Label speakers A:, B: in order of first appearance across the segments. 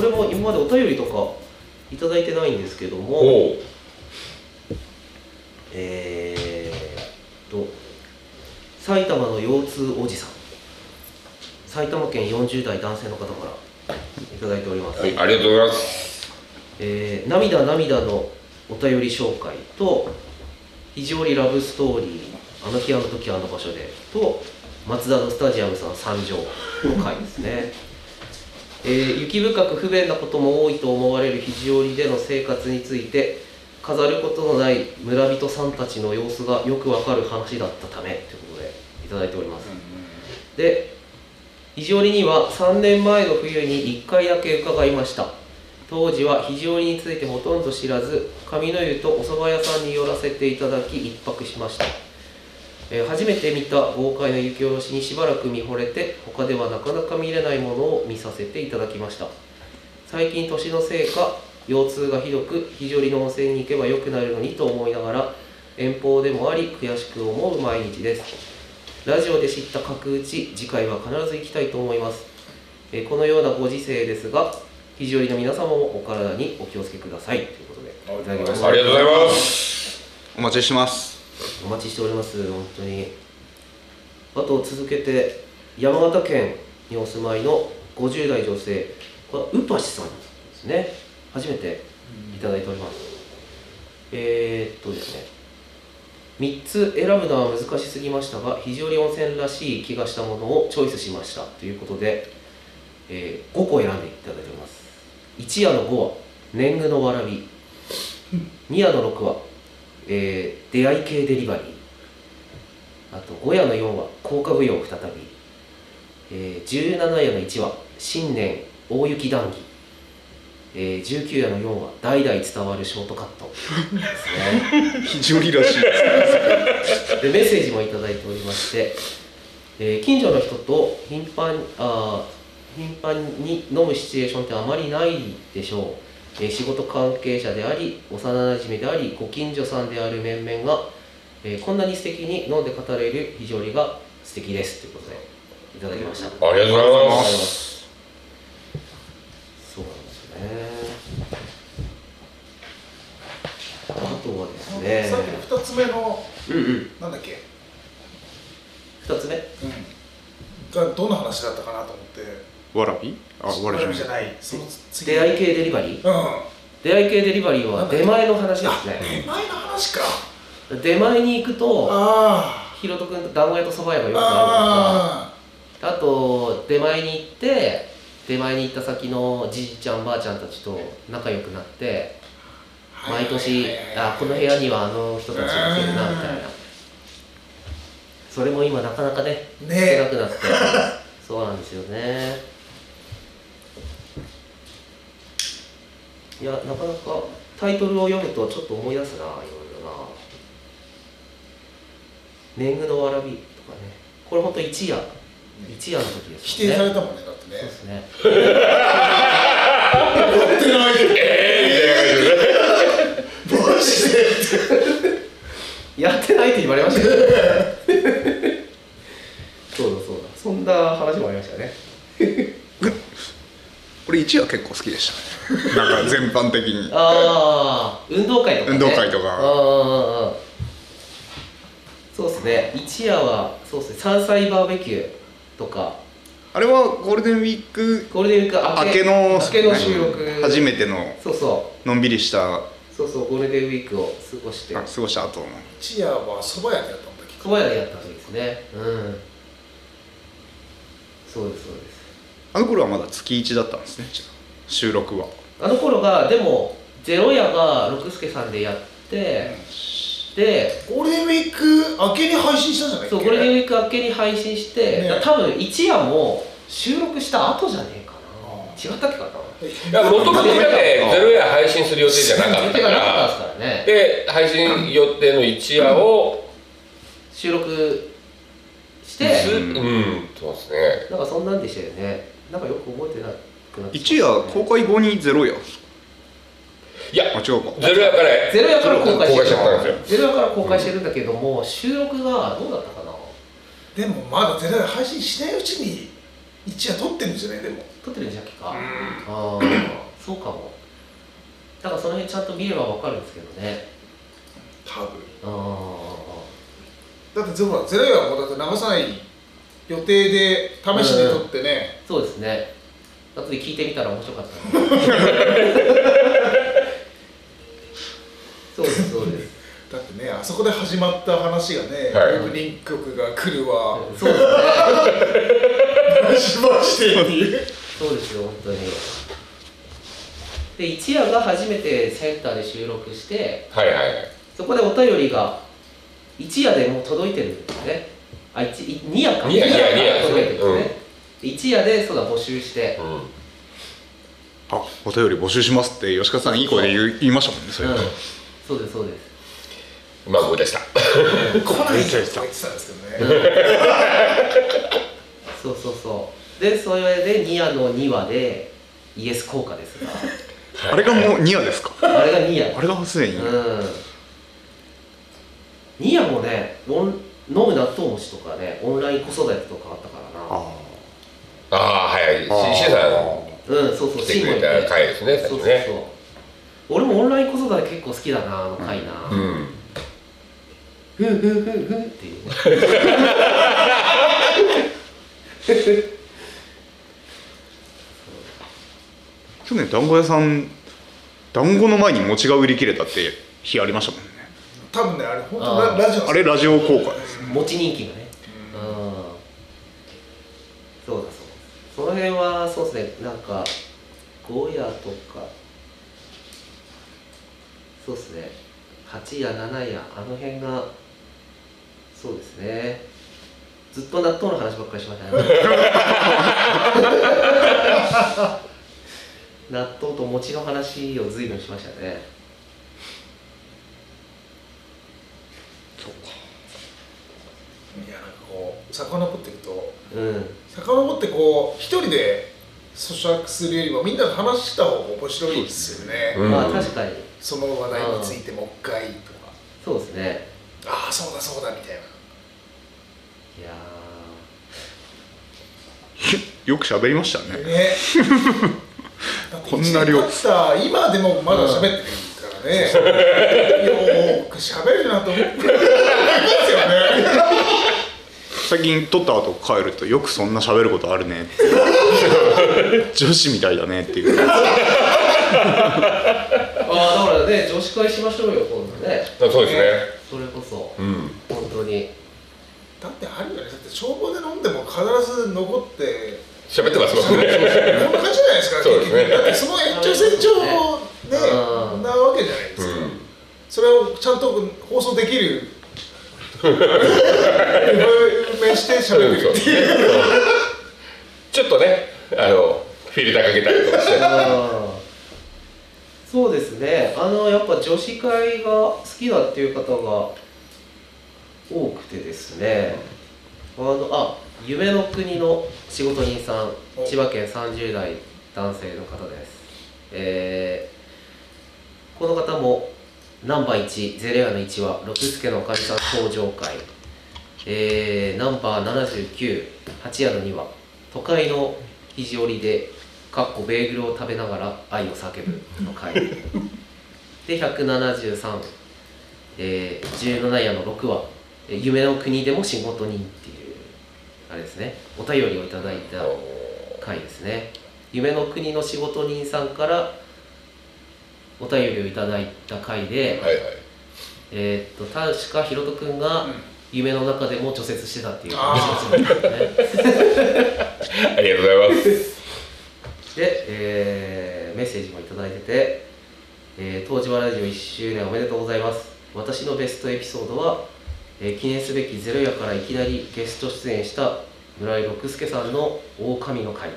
A: れも今までお便りとかいただいてないんですけども
B: おう
A: えー、と埼玉の腰痛おじさん埼玉県40代男性の方からいただいております、
B: はい、ありがとうございます
A: えー涙涙のお便り紹介と非常にラブストーリーあの日あの時あの場所でと松田のスタジアムさん参上の回ですね、 えー雪深く不便なことも多いと思われる肘折での生活について飾ることのない村人さんたちの様子がよくわかる話だったためということでいただいておりますで肘折には3年前の冬に1回だけ伺いました当時は肘折についてほとんど知らず上の湯とお蕎麦屋さんに寄らせていただき一泊しました、えー初めて見た豪快な雪下ろしにしばらく見惚れて他ではなかなか見れないものを見させていただきました最近年のせいか腰痛がひどく肘折の温泉に行けば良くなるのにと思いながら遠方でもあり悔しく思う毎日ですラジオで知った角打ち次回は必ず行きたいと思います、えーこのようなご時世ですが肘折の皆様もお体にお気をつけくださいということでいただきました
B: ありがとうございます
C: お待ちしてます
A: お待ちしております本当にあと続けて山形県にお住まいの50代女性これはウパシさんですね初めていただいておりますえー、っとですね3つ選ぶのは難しすぎましたが非常に温泉らしい気がしたものをチョイスしましたということで、え5個選んでいただいております一夜の5は年貢のわらび二夜の6はえー出会い系デリバリーあと5夜の4は降下舞踊再び、えー、17夜の1は新年大雪談義、えー、19夜の4は代々伝わるショートカットですね
C: 非常にらしい
A: でメッセージもいただいておりまして、えー近所の人と頻繁あー頻繁に飲むシチュエーションってあまりないでしょう、えー仕事関係者であり幼なじみでありご近所さんである面々が、えーこんなに素敵に飲んで語れる非常にが素敵ですということでいただきました
B: ありがとうございます
A: そうなんですねあとはですね
D: さっきの二つ目の
A: うんうん
D: なんだっけ、
A: 2つ目
D: うん、がどの話だったかなと思って
C: わらびあわらびじ
D: じ
C: ゃ
D: ゃ
C: ない
D: ないその次
A: 出会い系デリバリー
D: うん
A: 出会い系デリバリーは出前の話ですね
D: 恋愛の話か
A: 出前に行くと
D: あ
A: ひろと君と団子屋と蕎麦屋がよ
D: ー
A: くあ
D: あ
A: るんですがあと出前に行って出前に行った先のじいちゃんばあちゃんたちと仲良くなって
D: ー
A: 毎年
D: はいはいはいはい
A: あこの部屋にはあの人たちが来てるなみたいなそれも今なかなかね
D: ね
A: 少な
D: え
A: く なってそうなんですよねいやなかなかタイトルを読むとちょっと思い出すないろいろな「年貢のわらび」とかねこれほんと一夜一夜の時です
D: 否
A: よ
D: 定
A: ね
D: されたもんねだって
A: そうで
D: ね
A: すね
D: 持ってないええー、マジで
A: やってないって言われましたけど そうだそうだそんな話もありましたね
C: これ1は結構好きでしたね なんか全般的に
A: ああ運動会とか、ね、
C: 運動会とか
A: ああああそうですね一夜はそうですね山菜バーベキューとか
C: あれはゴールデンウィーク
A: ゴールデンウィーク明
C: 明
A: け
C: けの
A: 明けの収録
C: 初めての
A: そうそ
C: のんびりしたあ
A: うそうそうゴールデンウィークを過ごして
C: 過ごした後の
D: チアは蕎麦屋でやったんだっけ
A: 蕎麦屋でやった時ですねうんそうですそうです
C: あの頃はまだ月1だったんですね収録は
A: あの頃がでもゼロ夜が六助さんでやって、で
D: ゴールデンウィーク明けに配信したんじゃないっけ
A: そうゴールデンウィーク明けに配信して、
D: ね
A: だから多分一夜も収録した後じゃねえかな
D: あ
A: 違ったっけかな
D: え
B: いや元々みんなでゼロ夜配信する予定じゃなか
A: 言
B: っ
A: ってが
B: たか
A: なかった
B: ら
A: ですからね
B: で配信予定の一夜を
A: 収録し
B: す
A: て、
B: うんそうですね
A: なんかそんなんでしたよねなんかよく覚えてなくなって
C: 1夜公開後に0夜
B: いや
C: あ違うか
B: ゼロ夜から
A: ゼロ夜から公開して
B: しちゃったんですよ
A: ゼロ夜から公開してるんだけども、収録がどうだったかな
D: でもまだ全然配信しないうちに一夜撮ってるんじゃないでも
A: 撮ってるんじゃっけか、
B: うん
A: ああそうかもだからその辺ちゃんと見ればわかるんですけどね
D: 多分
A: ああ
D: だってほらゼロやもうだって流さない予定で試しに撮ってね、
A: そうですね後で聞いてみたら面白かったなそうですそうです
D: だってねあそこで始まった話がね、
B: はい
D: オープニング曲が来るわ、
A: そうですね
D: しまして
A: そうですよ、本当に。で、一夜が初めてセンターで収録して、
B: はいはいはい
A: そこでお便りが一夜でもう届いてるんですね。あ、一い二夜か。
B: 二夜
A: 二
B: 二夜
A: か届いてるんですね。で一夜でそうだ募集して、
B: うん
C: あお便り募集しますって吉川さんいい声で言い言いましたもんねそれ、
A: う
C: うんん、
A: そうですそうです。
B: 今思い出した
D: 来ない
C: 来
D: と
C: た
D: か言
C: 来
D: って
C: た
D: たんですけどね
A: そうそうそう。でそれで二夜の二話でイエス効果です
C: あれがもうニアですか
A: が、あれが二夜。
C: あれがすでに、
A: うん。二夜もね、オン飲む納豆餅とかね、オンライン子育てとかあったからな。
C: あ
B: ああはい
C: あー
B: はいしシエさん
A: うん、そうそう、
B: 来てくれ
A: シンゴに
B: た回ですね
A: そうそうそう
B: 最初ね。
A: 俺もオンライン子育て結構好きだな、あの回な。
B: う
A: ふん
B: ん
A: ふんふんふんっていうね。
C: 去年団子屋さん団子の前に餅が売り切れたって日ありましたもんね
D: 多分ねあれ本当
A: あー
D: ララジオ
C: あれラジオ効果です
A: 持ち人気がね。うん。そうだそう。その辺は、そうですね、なんか、5夜とか、そうですね、8夜、7夜、あの辺が、そうですね。ずっと納豆の話ばっかりしましたね。 納豆と餅の話を随分しましたね。
D: いやなんかこう遡っていくと
A: うん。
D: 遡ってこう一人で咀嚼するよりもみんなと話した方が面白いですよね、
B: うん
A: まあ確かに、
D: その話題についてもう一回とか
A: そうですね。
D: ああそうだそうだみたいない
A: や
C: よく喋りましたね
D: ねだって
C: こんな量
D: 一年経った今でもまだ喋ってるからね、よーく喋るなと思ってますよね
C: 最近撮った後帰るとよくそんな喋ることあるね っていう女子みたいだねっていう
A: ーああだからね女子会しましょうよ今度ね
B: そうですね
A: それこそ
B: うん
A: 本当に
D: だってあるよねだって消防で飲んでも必ず残って
B: 喋ってますもんね
D: こんな感じじゃないですか
B: そうですね
D: 結局だってその延長線上
A: う
D: ね
A: ん
D: なわけじゃないで
B: う
D: すか、
B: ん
D: それをちゃんと放送で きる 埋めして
B: そう
D: 喋
B: で
D: る
B: す
D: よ
B: よねちょっとねあのフィルターかけたりとかして
A: あーそうですねあのやっぱ女子会が好きだっていう方が多くてですねあのあ夢の国の仕事人さん
D: お
A: 千葉県30代男性の方ですえーこの方もナンバー1ゼレアの1は六助のおかみさん登場会えーナンバー798夜の2は都会の肘折でかっこベーグルを食べながら愛を叫ぶの 回で173、えー、17夜の6話「えー夢の国でも仕事人」っていうあれですねお便りをいただいた回ですね夢の国の仕事人さんからお便りをいただいた回で、
B: はいはい
A: えーっと確かひろとくんが
D: うん
A: 夢の中でも除雪してたっていう話をしてたんですよね
B: ありがとうございます
A: で、えーメッセージもいただいてて、えー、東芝ラジオ1周年おめでとうございます私のベストエピソードは、えー記念すべき「ゼロ夜」からいきなりゲスト出演した村井六輔さんの「狼の会」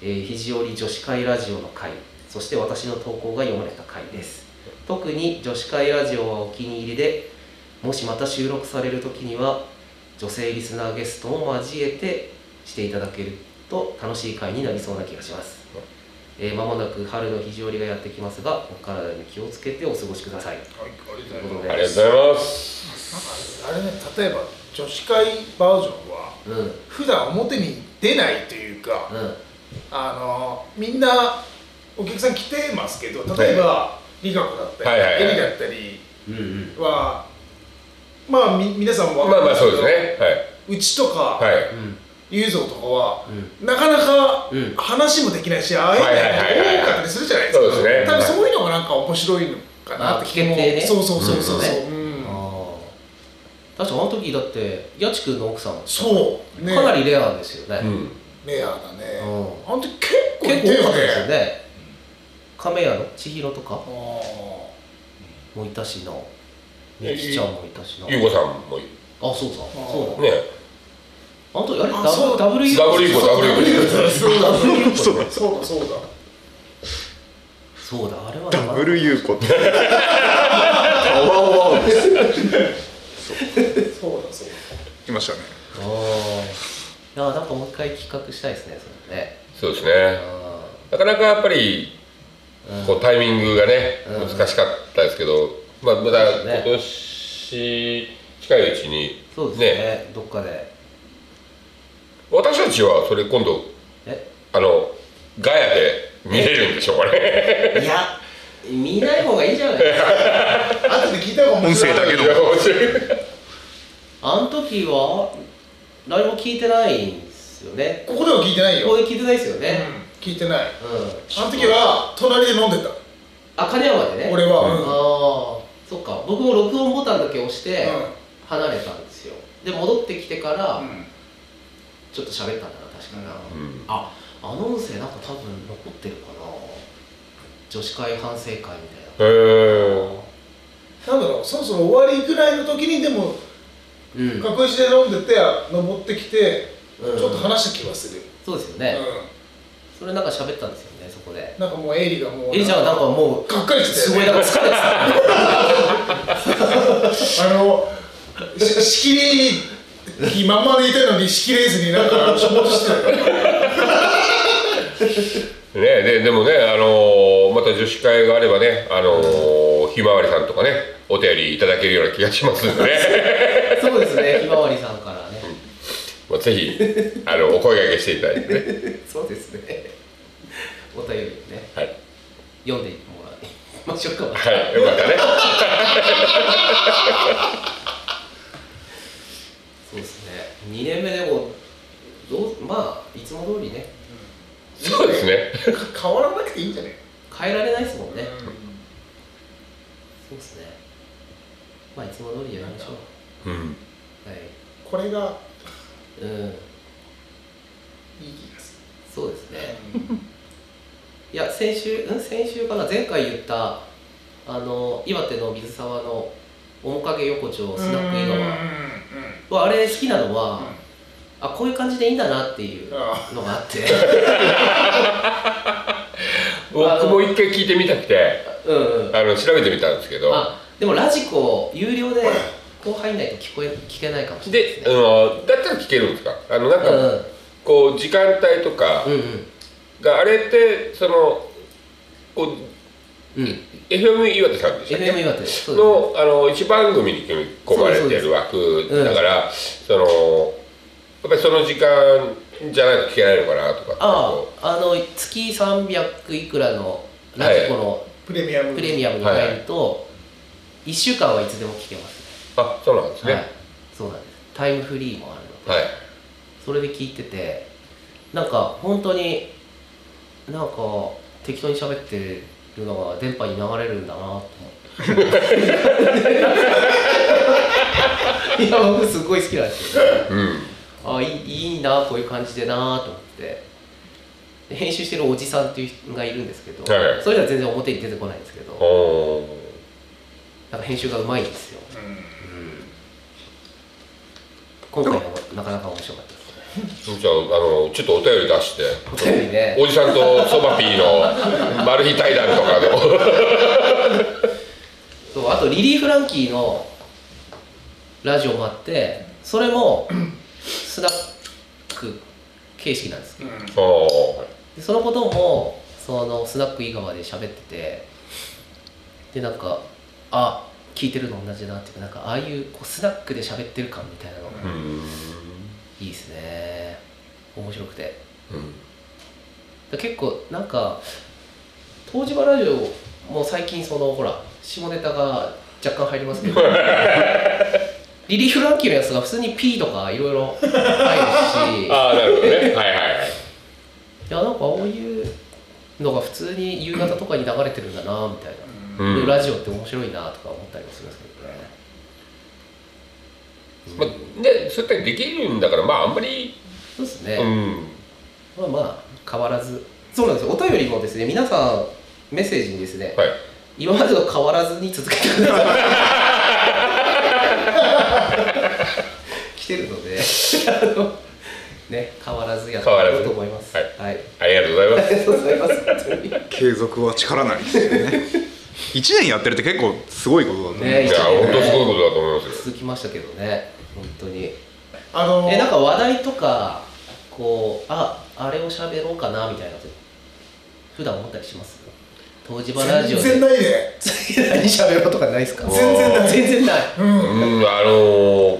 A: えー肘折女子会ラジオの会そして私の投稿が読まれた回です特に女子会ラジオはお気に入りでもしまた収録される時には女性リスナーゲストも交えてしていただけると楽しい回になりそうな気がしますえー、間もなく春の肘折がやってきますがお体に気をつけてお過ごしください
D: はいありが
A: ということ
B: あ
A: で
B: りがとうございます
D: なんかあれね例えば女子会バージョンは
A: うん
D: 普段表に出ないというか、
A: うん
D: あのみんなお客さん来てますけど例えば、理学だったり、
B: はいはいはい
D: エリだったり
A: うんうん
D: はまあみ皆さんも分
B: まあまあ
D: ます
B: そうですね
D: うちとか、
B: はいはい
D: ゆうぞうとかは、
A: う
D: なかなか
A: うん
D: 話もできないし、ああいうの
B: はいはいはいはい
D: が多かったりするじゃないですか、
B: そうですね
D: 多分そういうのがなんか面白いのかなって気も、
A: あ聞けてね
D: そうそうそうそう、
A: う
D: うん
A: ああ確かあの時だって八千君の奥さん
D: そうね
A: かなりレアですよね、
B: うん
D: レアだね、
A: う
D: あの時結構
A: 結構多かったですよ
D: ね
A: ね亀屋の千尋とか
D: あー
A: もいたしなみゆきちゃんもいたしな
B: ゆうこさんもい
A: あそうさ
D: あ
A: そう
B: ね
A: だあとあれ
D: あ
A: ダ
D: そ
A: ブ
D: う
A: ダブルユー
B: ダブルゆうこダブルゆうこ
D: そうだそうだ
C: そうだ
D: そうだ
A: そ
D: そうだ
A: うだあれは
C: ダブルユーコってあわあわです
D: そうだそうだ
C: 来ましたね
A: ああいやなんかもう一回企画したいですねそれね
B: そうですねなかなかやっぱりこうタイミングがね
A: うん
B: 難しかったですけどまあま
A: そうで
B: だ
A: すね
B: 今年近いうちに
A: そうですねどっかで
B: 私たちはそれ今度
A: え
B: あのガヤで見れるんでしょうかね
A: いや見ない方がいいんじゃないですか
D: 後で聞いた方が面白い
C: 音声だけ
B: い
C: の
B: や面白い
A: あの時は誰も聞いてないんですよね
D: ここでは聞いてないよ、
A: ここで聞いてないですよ
D: うん
A: ね、
D: 聞いてない
A: うん
D: あの時は隣で飲んでた
A: あ金山でね
D: 俺
A: あ
D: は
A: あそっか僕も録音ボタンだけ押して
D: うん
A: 離れたんですよで戻ってきてから
D: うん
A: ちょっと喋ったんだな確かな、
D: う
B: うん
A: ああの音声なんか多分残ってるかな女子会反省会みたい
B: へー
D: なんだろうそろそろ終わりぐらいの時にでも
A: な
D: 角石で飲んでて登ってきてち
A: う
D: ょ
A: ん
D: っと話した気はする、
A: そうですよ
D: う
A: ね、
D: ん
A: それなんか喋ったんですよねそこで
D: なんかもうエイリがもう
A: えりちゃんはなんかもう
D: がっかりして
A: す
D: た
A: ごい
D: よね
A: なんか疲れてたね
D: あのししきり今までいたのにしきれずになんか仕事してたよ
B: ね
D: ね
B: ででもね、あのーまた女子会があればね、あのーひまわりさんとかねお便りいただけるような気がしますんで ね
A: そうですねひまわりさんからね
B: まあぜひあのお声掛けしていただいてね
A: そうですねお便りね
B: はい、
A: 読んでもらいましょうか
B: はい、よかったね
A: そうですね2年目でもどうまあいつも通りね
B: そうですね
D: 変わらなくていいんじゃね
A: 変えられないですもんね、
D: うん
A: そうですねまあいつも通りやりましょ
B: うん
A: うはい
D: これが
A: うん
D: いい気がす
A: そうですね
D: る、
A: いや先週うん先週かな前回言ったあの岩手の水沢の面影横丁スナック井
D: うんうん
A: 川はあれ好きなのは、
D: うん
A: あこういう感じでいいんだなっていう
D: あ
A: のがあって
B: 僕も一回聞いてみたくて
A: うんうん
B: あの調べてみたんですけど
A: あでもラジコ有料でこう入んないと聞こえ聞けないかもしれない
B: で
A: で、
B: あ
A: すね
B: のーだったら聞けるんですかあのなん
A: うん
B: かこう時間帯とか
A: うん
B: があれってそのこう
A: うんうん
B: FM 岩手さんでしたっけ
A: FM 岩手ですそうですね
B: のあの一番組に組み込まれてる枠
A: そうです
B: だから、そのやっぱりその時間じゃないと聞けないのかなとかって
A: あ
B: こ
A: ああの月300いくらのラジコの
D: プレミアム
A: プレミアムに入ると1週間はいつでも聞けます
B: うあそうなんですね
A: はいそうなんですタイムフリーもあるので
B: はい、
A: それで聞いててなんか本当になんか適当に喋ってるのが電波に流れるんだなと思っていや僕すごい好きなんですよ
B: うん
A: あいいいいなこういう感じでなと思ってで編集してるおじさんっていう人がいるんですけど、
B: はい
A: それでは全然表に出てこないんですけど
B: おー
A: なんか編集がうまいんですよ、
D: うん
A: 今回はなかなか面白かったですね
B: じゃああのちょっとお便り出して
A: お便りね
B: おじさんとそばピー のマル秘対談とかでも
A: そうあとリリー・フランキーのラジオもあってそれもスナック形式なんですけど
D: うん
B: おー
A: でそのこともそのスナック井川で喋っててでなんかあ聞いてるの同じだなっていうかなんかああいうこうスナックで喋ってる感みたいなの
B: うん
A: いいですね面白くてだ結構なんか東芝ラジオも最近そのほら下ネタが若干入りますけどリリー・フランキーのやつが普通に P とかいろいろ入る しいや
B: ああなるほどねはいはいはい
A: なんかこういうのが普通に夕方とかに流れてるんだなみたいな、
B: うん
A: ラジオって面白いなとか思ったりもするんですけどね
B: まあ、でそういったりできるんだからまああんまり
A: そうです
B: う
A: ね、
B: ん
A: まあまあ変わらずそうなんですよお便りもですね皆さんメッセージにですね、
B: はい
A: 今までと変わらずに続けてください来てるので あのね変わらずやってい
B: 変わら
A: こう
B: ず
A: と思います
B: は
A: はい、
B: ありがとうございま
A: あ
B: す
A: りがとうございます本当にね
C: 継続は力なりですよね一年やってるって結構すごいことだと思う、
B: いや本当すごいことだと思いますよ
A: 続きましたけどね本当に
D: あの
A: えなんか話題とかこうああれを喋ろうかなみたいなこと普段思ったりします東芝ラジオで
D: 全然ないで
A: 何喋ろうとかないですか
D: 全然ない
A: 全然ない
D: うん
B: うんあのー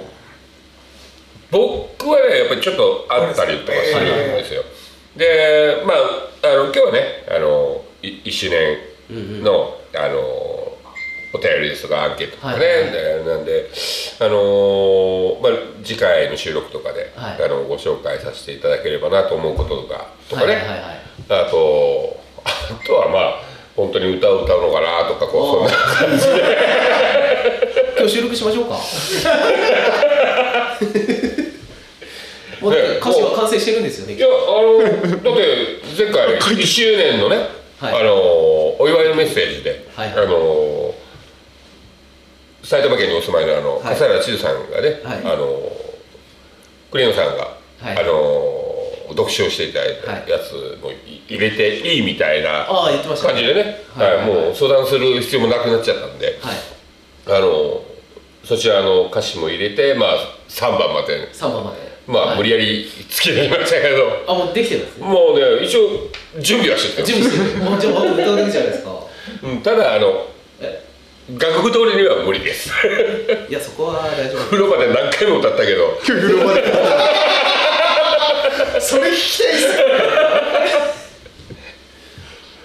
B: 僕はねやっぱりちょっとあったりとかするんですよ、でまああの今日はねあのい1周年の、あのお便りですとかアンケートとかね、
A: はいはい
B: でなんであのーまあ、次回の収録とかで、
A: はい
B: あのご紹介させていただければなと思うこととかとかね、
A: はいはいはい
B: あとあとはまあ本当に歌を歌うのかなとかこうそんな
A: 今日収録しましょう かもうだって歌詞は完成してるんですよ
B: い
A: ね
B: やあのだって前 回1周年のね、
A: はい
B: あのお祝いのメッセージで、
A: はいはい
B: あの埼玉県にお住まいのあの、
A: はい
B: 笠原千さんがね、
A: はい
B: あのクレヨンさんが、
A: はい
B: あの読書をしていただい
A: はい
B: たやつもい入れていいみたいな
A: ああ言ってましたね
B: 感じでね、
A: はい
B: はいもう相談する必要もなくなっちゃったんで、
A: はい
B: あのそちらの歌詞も入れて、まあ、3番まで、
A: 3番まで
B: まあ無理
A: や
B: やりつけてみましたけど。
A: あもうできてるんですね
B: もうね一応準備はしてたよ
A: 準備してるもうじゃあ僕歌うだけじゃないですか
B: うんただあの
A: え
B: 楽譜通りには無理です
A: いやそこは大丈夫
B: 風呂場で何回も歌ったけど
D: それ聞きたいっす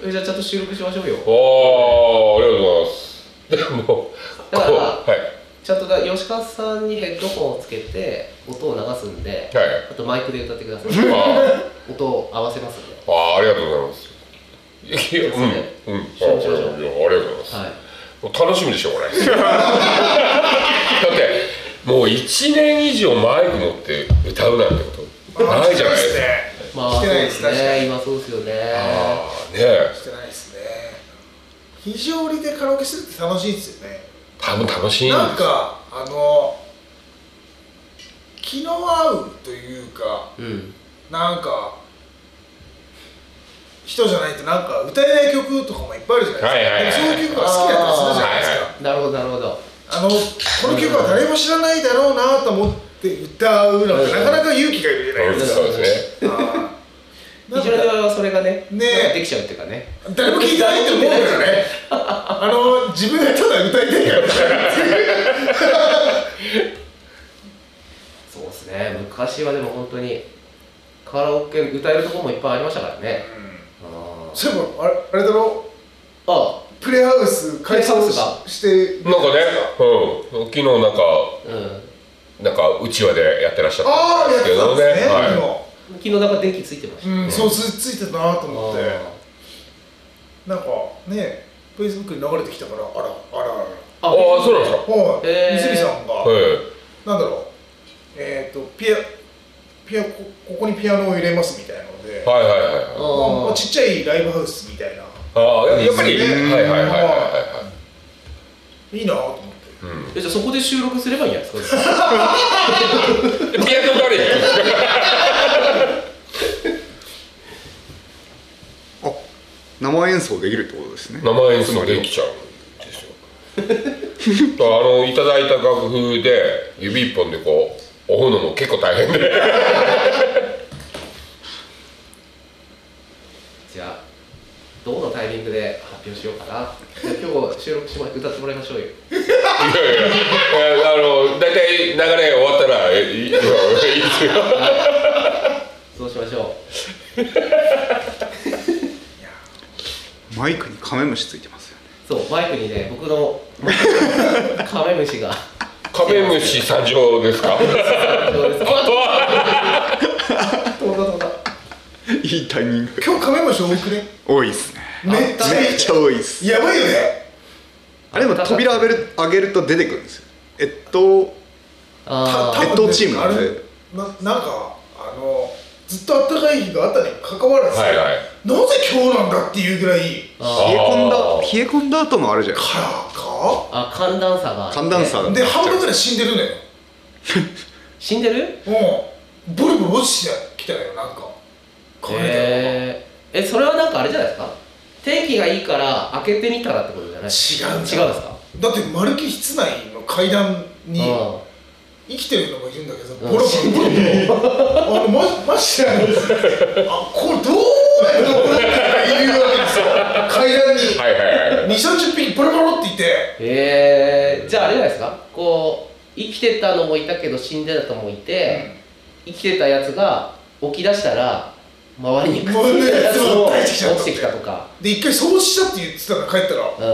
A: えじゃあちゃんと収録しましょうよ
B: おーありがとうございますでもこう
A: だから
B: はい
A: ちゃんとだ吉川さんにヘッドホンをつけて音を流すんで、
B: はい
A: あとマイクで歌ってください
B: あ
A: 音を合わせますんで
B: ーあーありがとうございますいやうんうんあ
A: そうしましょう
B: ありがとうございます、
A: はい
B: もう楽しみでしょこれ だってもう1年以上マイク持って歌うなんてことないじゃないですか
A: まあそ
D: 来
A: う
D: てない
A: で
D: です
A: す
D: 確か
A: ね今そうですよね
B: ああねえ
D: してないですね非常にでカラオケするって楽しいですよね
B: 多分楽しいんです
D: なんかあの気の合うというか
A: うん
D: なんか人じゃないとなんか歌えない曲とかもいっぱいあるじゃないですか、
B: はいはいはい
D: でもそういう曲が好きだったりするじゃないですか、
A: なるほどなるほど
D: あのこの曲は誰も知らないだろうなと思って歌うのってなかなか勇気がいるじゃないです
B: そうですね
D: かあー
A: 非常にはそれがね
D: ねえ
A: なんかできちゃうっていうかね
D: なんか誰も聞いてないと思うからねあの自分がただ歌いたいから
A: そうですね昔はでも本当にカラオケ歌えるところもいっぱいありましたからねあ
D: そういえばあれあれだろ
A: ーあ
D: プレイハウス解散しして
B: なんかね、うん、昨日なんか、
A: うん
B: なんかうちわでやってらっしゃった
D: ああやってたんですね、
B: は
A: 昨日なんか電気ついてました
D: 今、うん、そうつついてたなと思って
A: あ
D: なんかねフェイスブックに流れてきたからあらあらあら
A: ー
B: ああ、そうなんですか。
D: はい、
A: へー
D: 三菱さんが、
B: はい、
D: なんだろうえっ、とピアピアこここにピアノを入れますみたいなので、
B: はい、はい、はい。
A: あ
D: まあ
A: ー
D: ちっちゃいライブハウスみたいな
B: ああ、ややっぱり、
D: で
B: は
D: す
B: い、
D: ね
B: はい、はい、はい、はい
D: いなと思って
A: えじゃあそこで収録すればいいんじゃないですか
B: はい。ピアノがあるよ。
C: あ生演奏できるってことですね
B: 生演奏できちゃうん ですよ。あの、いただいた楽譜で、指一本でこう、追うのも結構大 変で。
A: じゃあどのタイミングで発表しようかなじゃあ今日収録しま歌ってもらいましょうよ
B: いやいやい や、あの、大体流れ終わったら、えいいいいですよ。
A: そうしましょ
C: マイクにカメムシついてますよね
A: うそうマイクにね僕の カメムシが
B: カメムシ参上ですか
A: どうですか
D: 飛んだ飛んだ
C: いいタイミング
D: 今日カメムシ多くね
C: 多いっすね
D: めっちゃ
C: めっちゃ多いっす
D: やばいよね
C: あれでも扉上げる上げると出てくるんですよえっと
A: あ
C: た
A: ー
C: 越冬チーム
D: あ
C: なん
D: れ
C: で
D: ななんかあのずっと暖かい日があったにもかかわらず、
B: はいはい
D: なぜ今日なんだっていうぐらい
A: あ
C: 冷え込んだ
B: あー
C: 冷え込んだ後もあるじゃないですか
D: からか
A: あ寒暖差があって
C: 寒暖差が
D: で半分ぐらい死んでるのよ
A: 死んでる
D: うんボリボリ落ちてきたよなんか枯れ
A: えー、えそれはなんかあれじゃないですか天気がいいから開けてみたらってことじゃない
D: た違うんだ
A: 違うんですか
D: だってまるっきり室内の階段に
A: う
D: 生きてるのがいるんだけど
A: ん
D: ボロボロボロボロあのマジマジであこれどうやって登るんだっていうわけですよ階段に
B: はいはいはい
D: 2三3 0匹ボロボロっていて
A: えー、じゃああれじゃないですかこう生きてたのもいたけど死んでたともいて、生きてたやつが起き出したら周りにくっつい たやつも
D: もうね
A: 落
D: そう
A: ちてきたとか
D: で一回掃除したって言ってたの帰ったら
A: う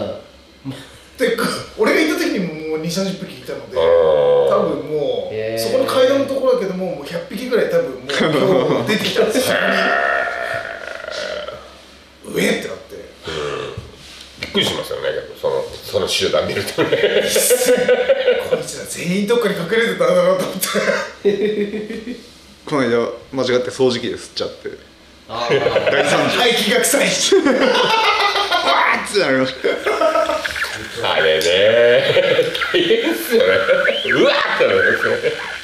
A: ん
D: でか俺が行った時にもう2三3 0匹いたので 多
B: う
D: 分もう、
A: へー
D: そこの階段のところだけどももう100匹ぐらい多分もう今日出てきたん ですよ上ってなって
B: んびっくりしますよねでもそのその集団見るとね
D: こいつら全員どっかに隠れてたんだなと思って
C: この間間違って掃除機で吸っちゃって
A: あー
C: 大惨事
D: 排気が臭いし
C: わーってなりました
B: あれね大変ですよねうわーってなるんですよね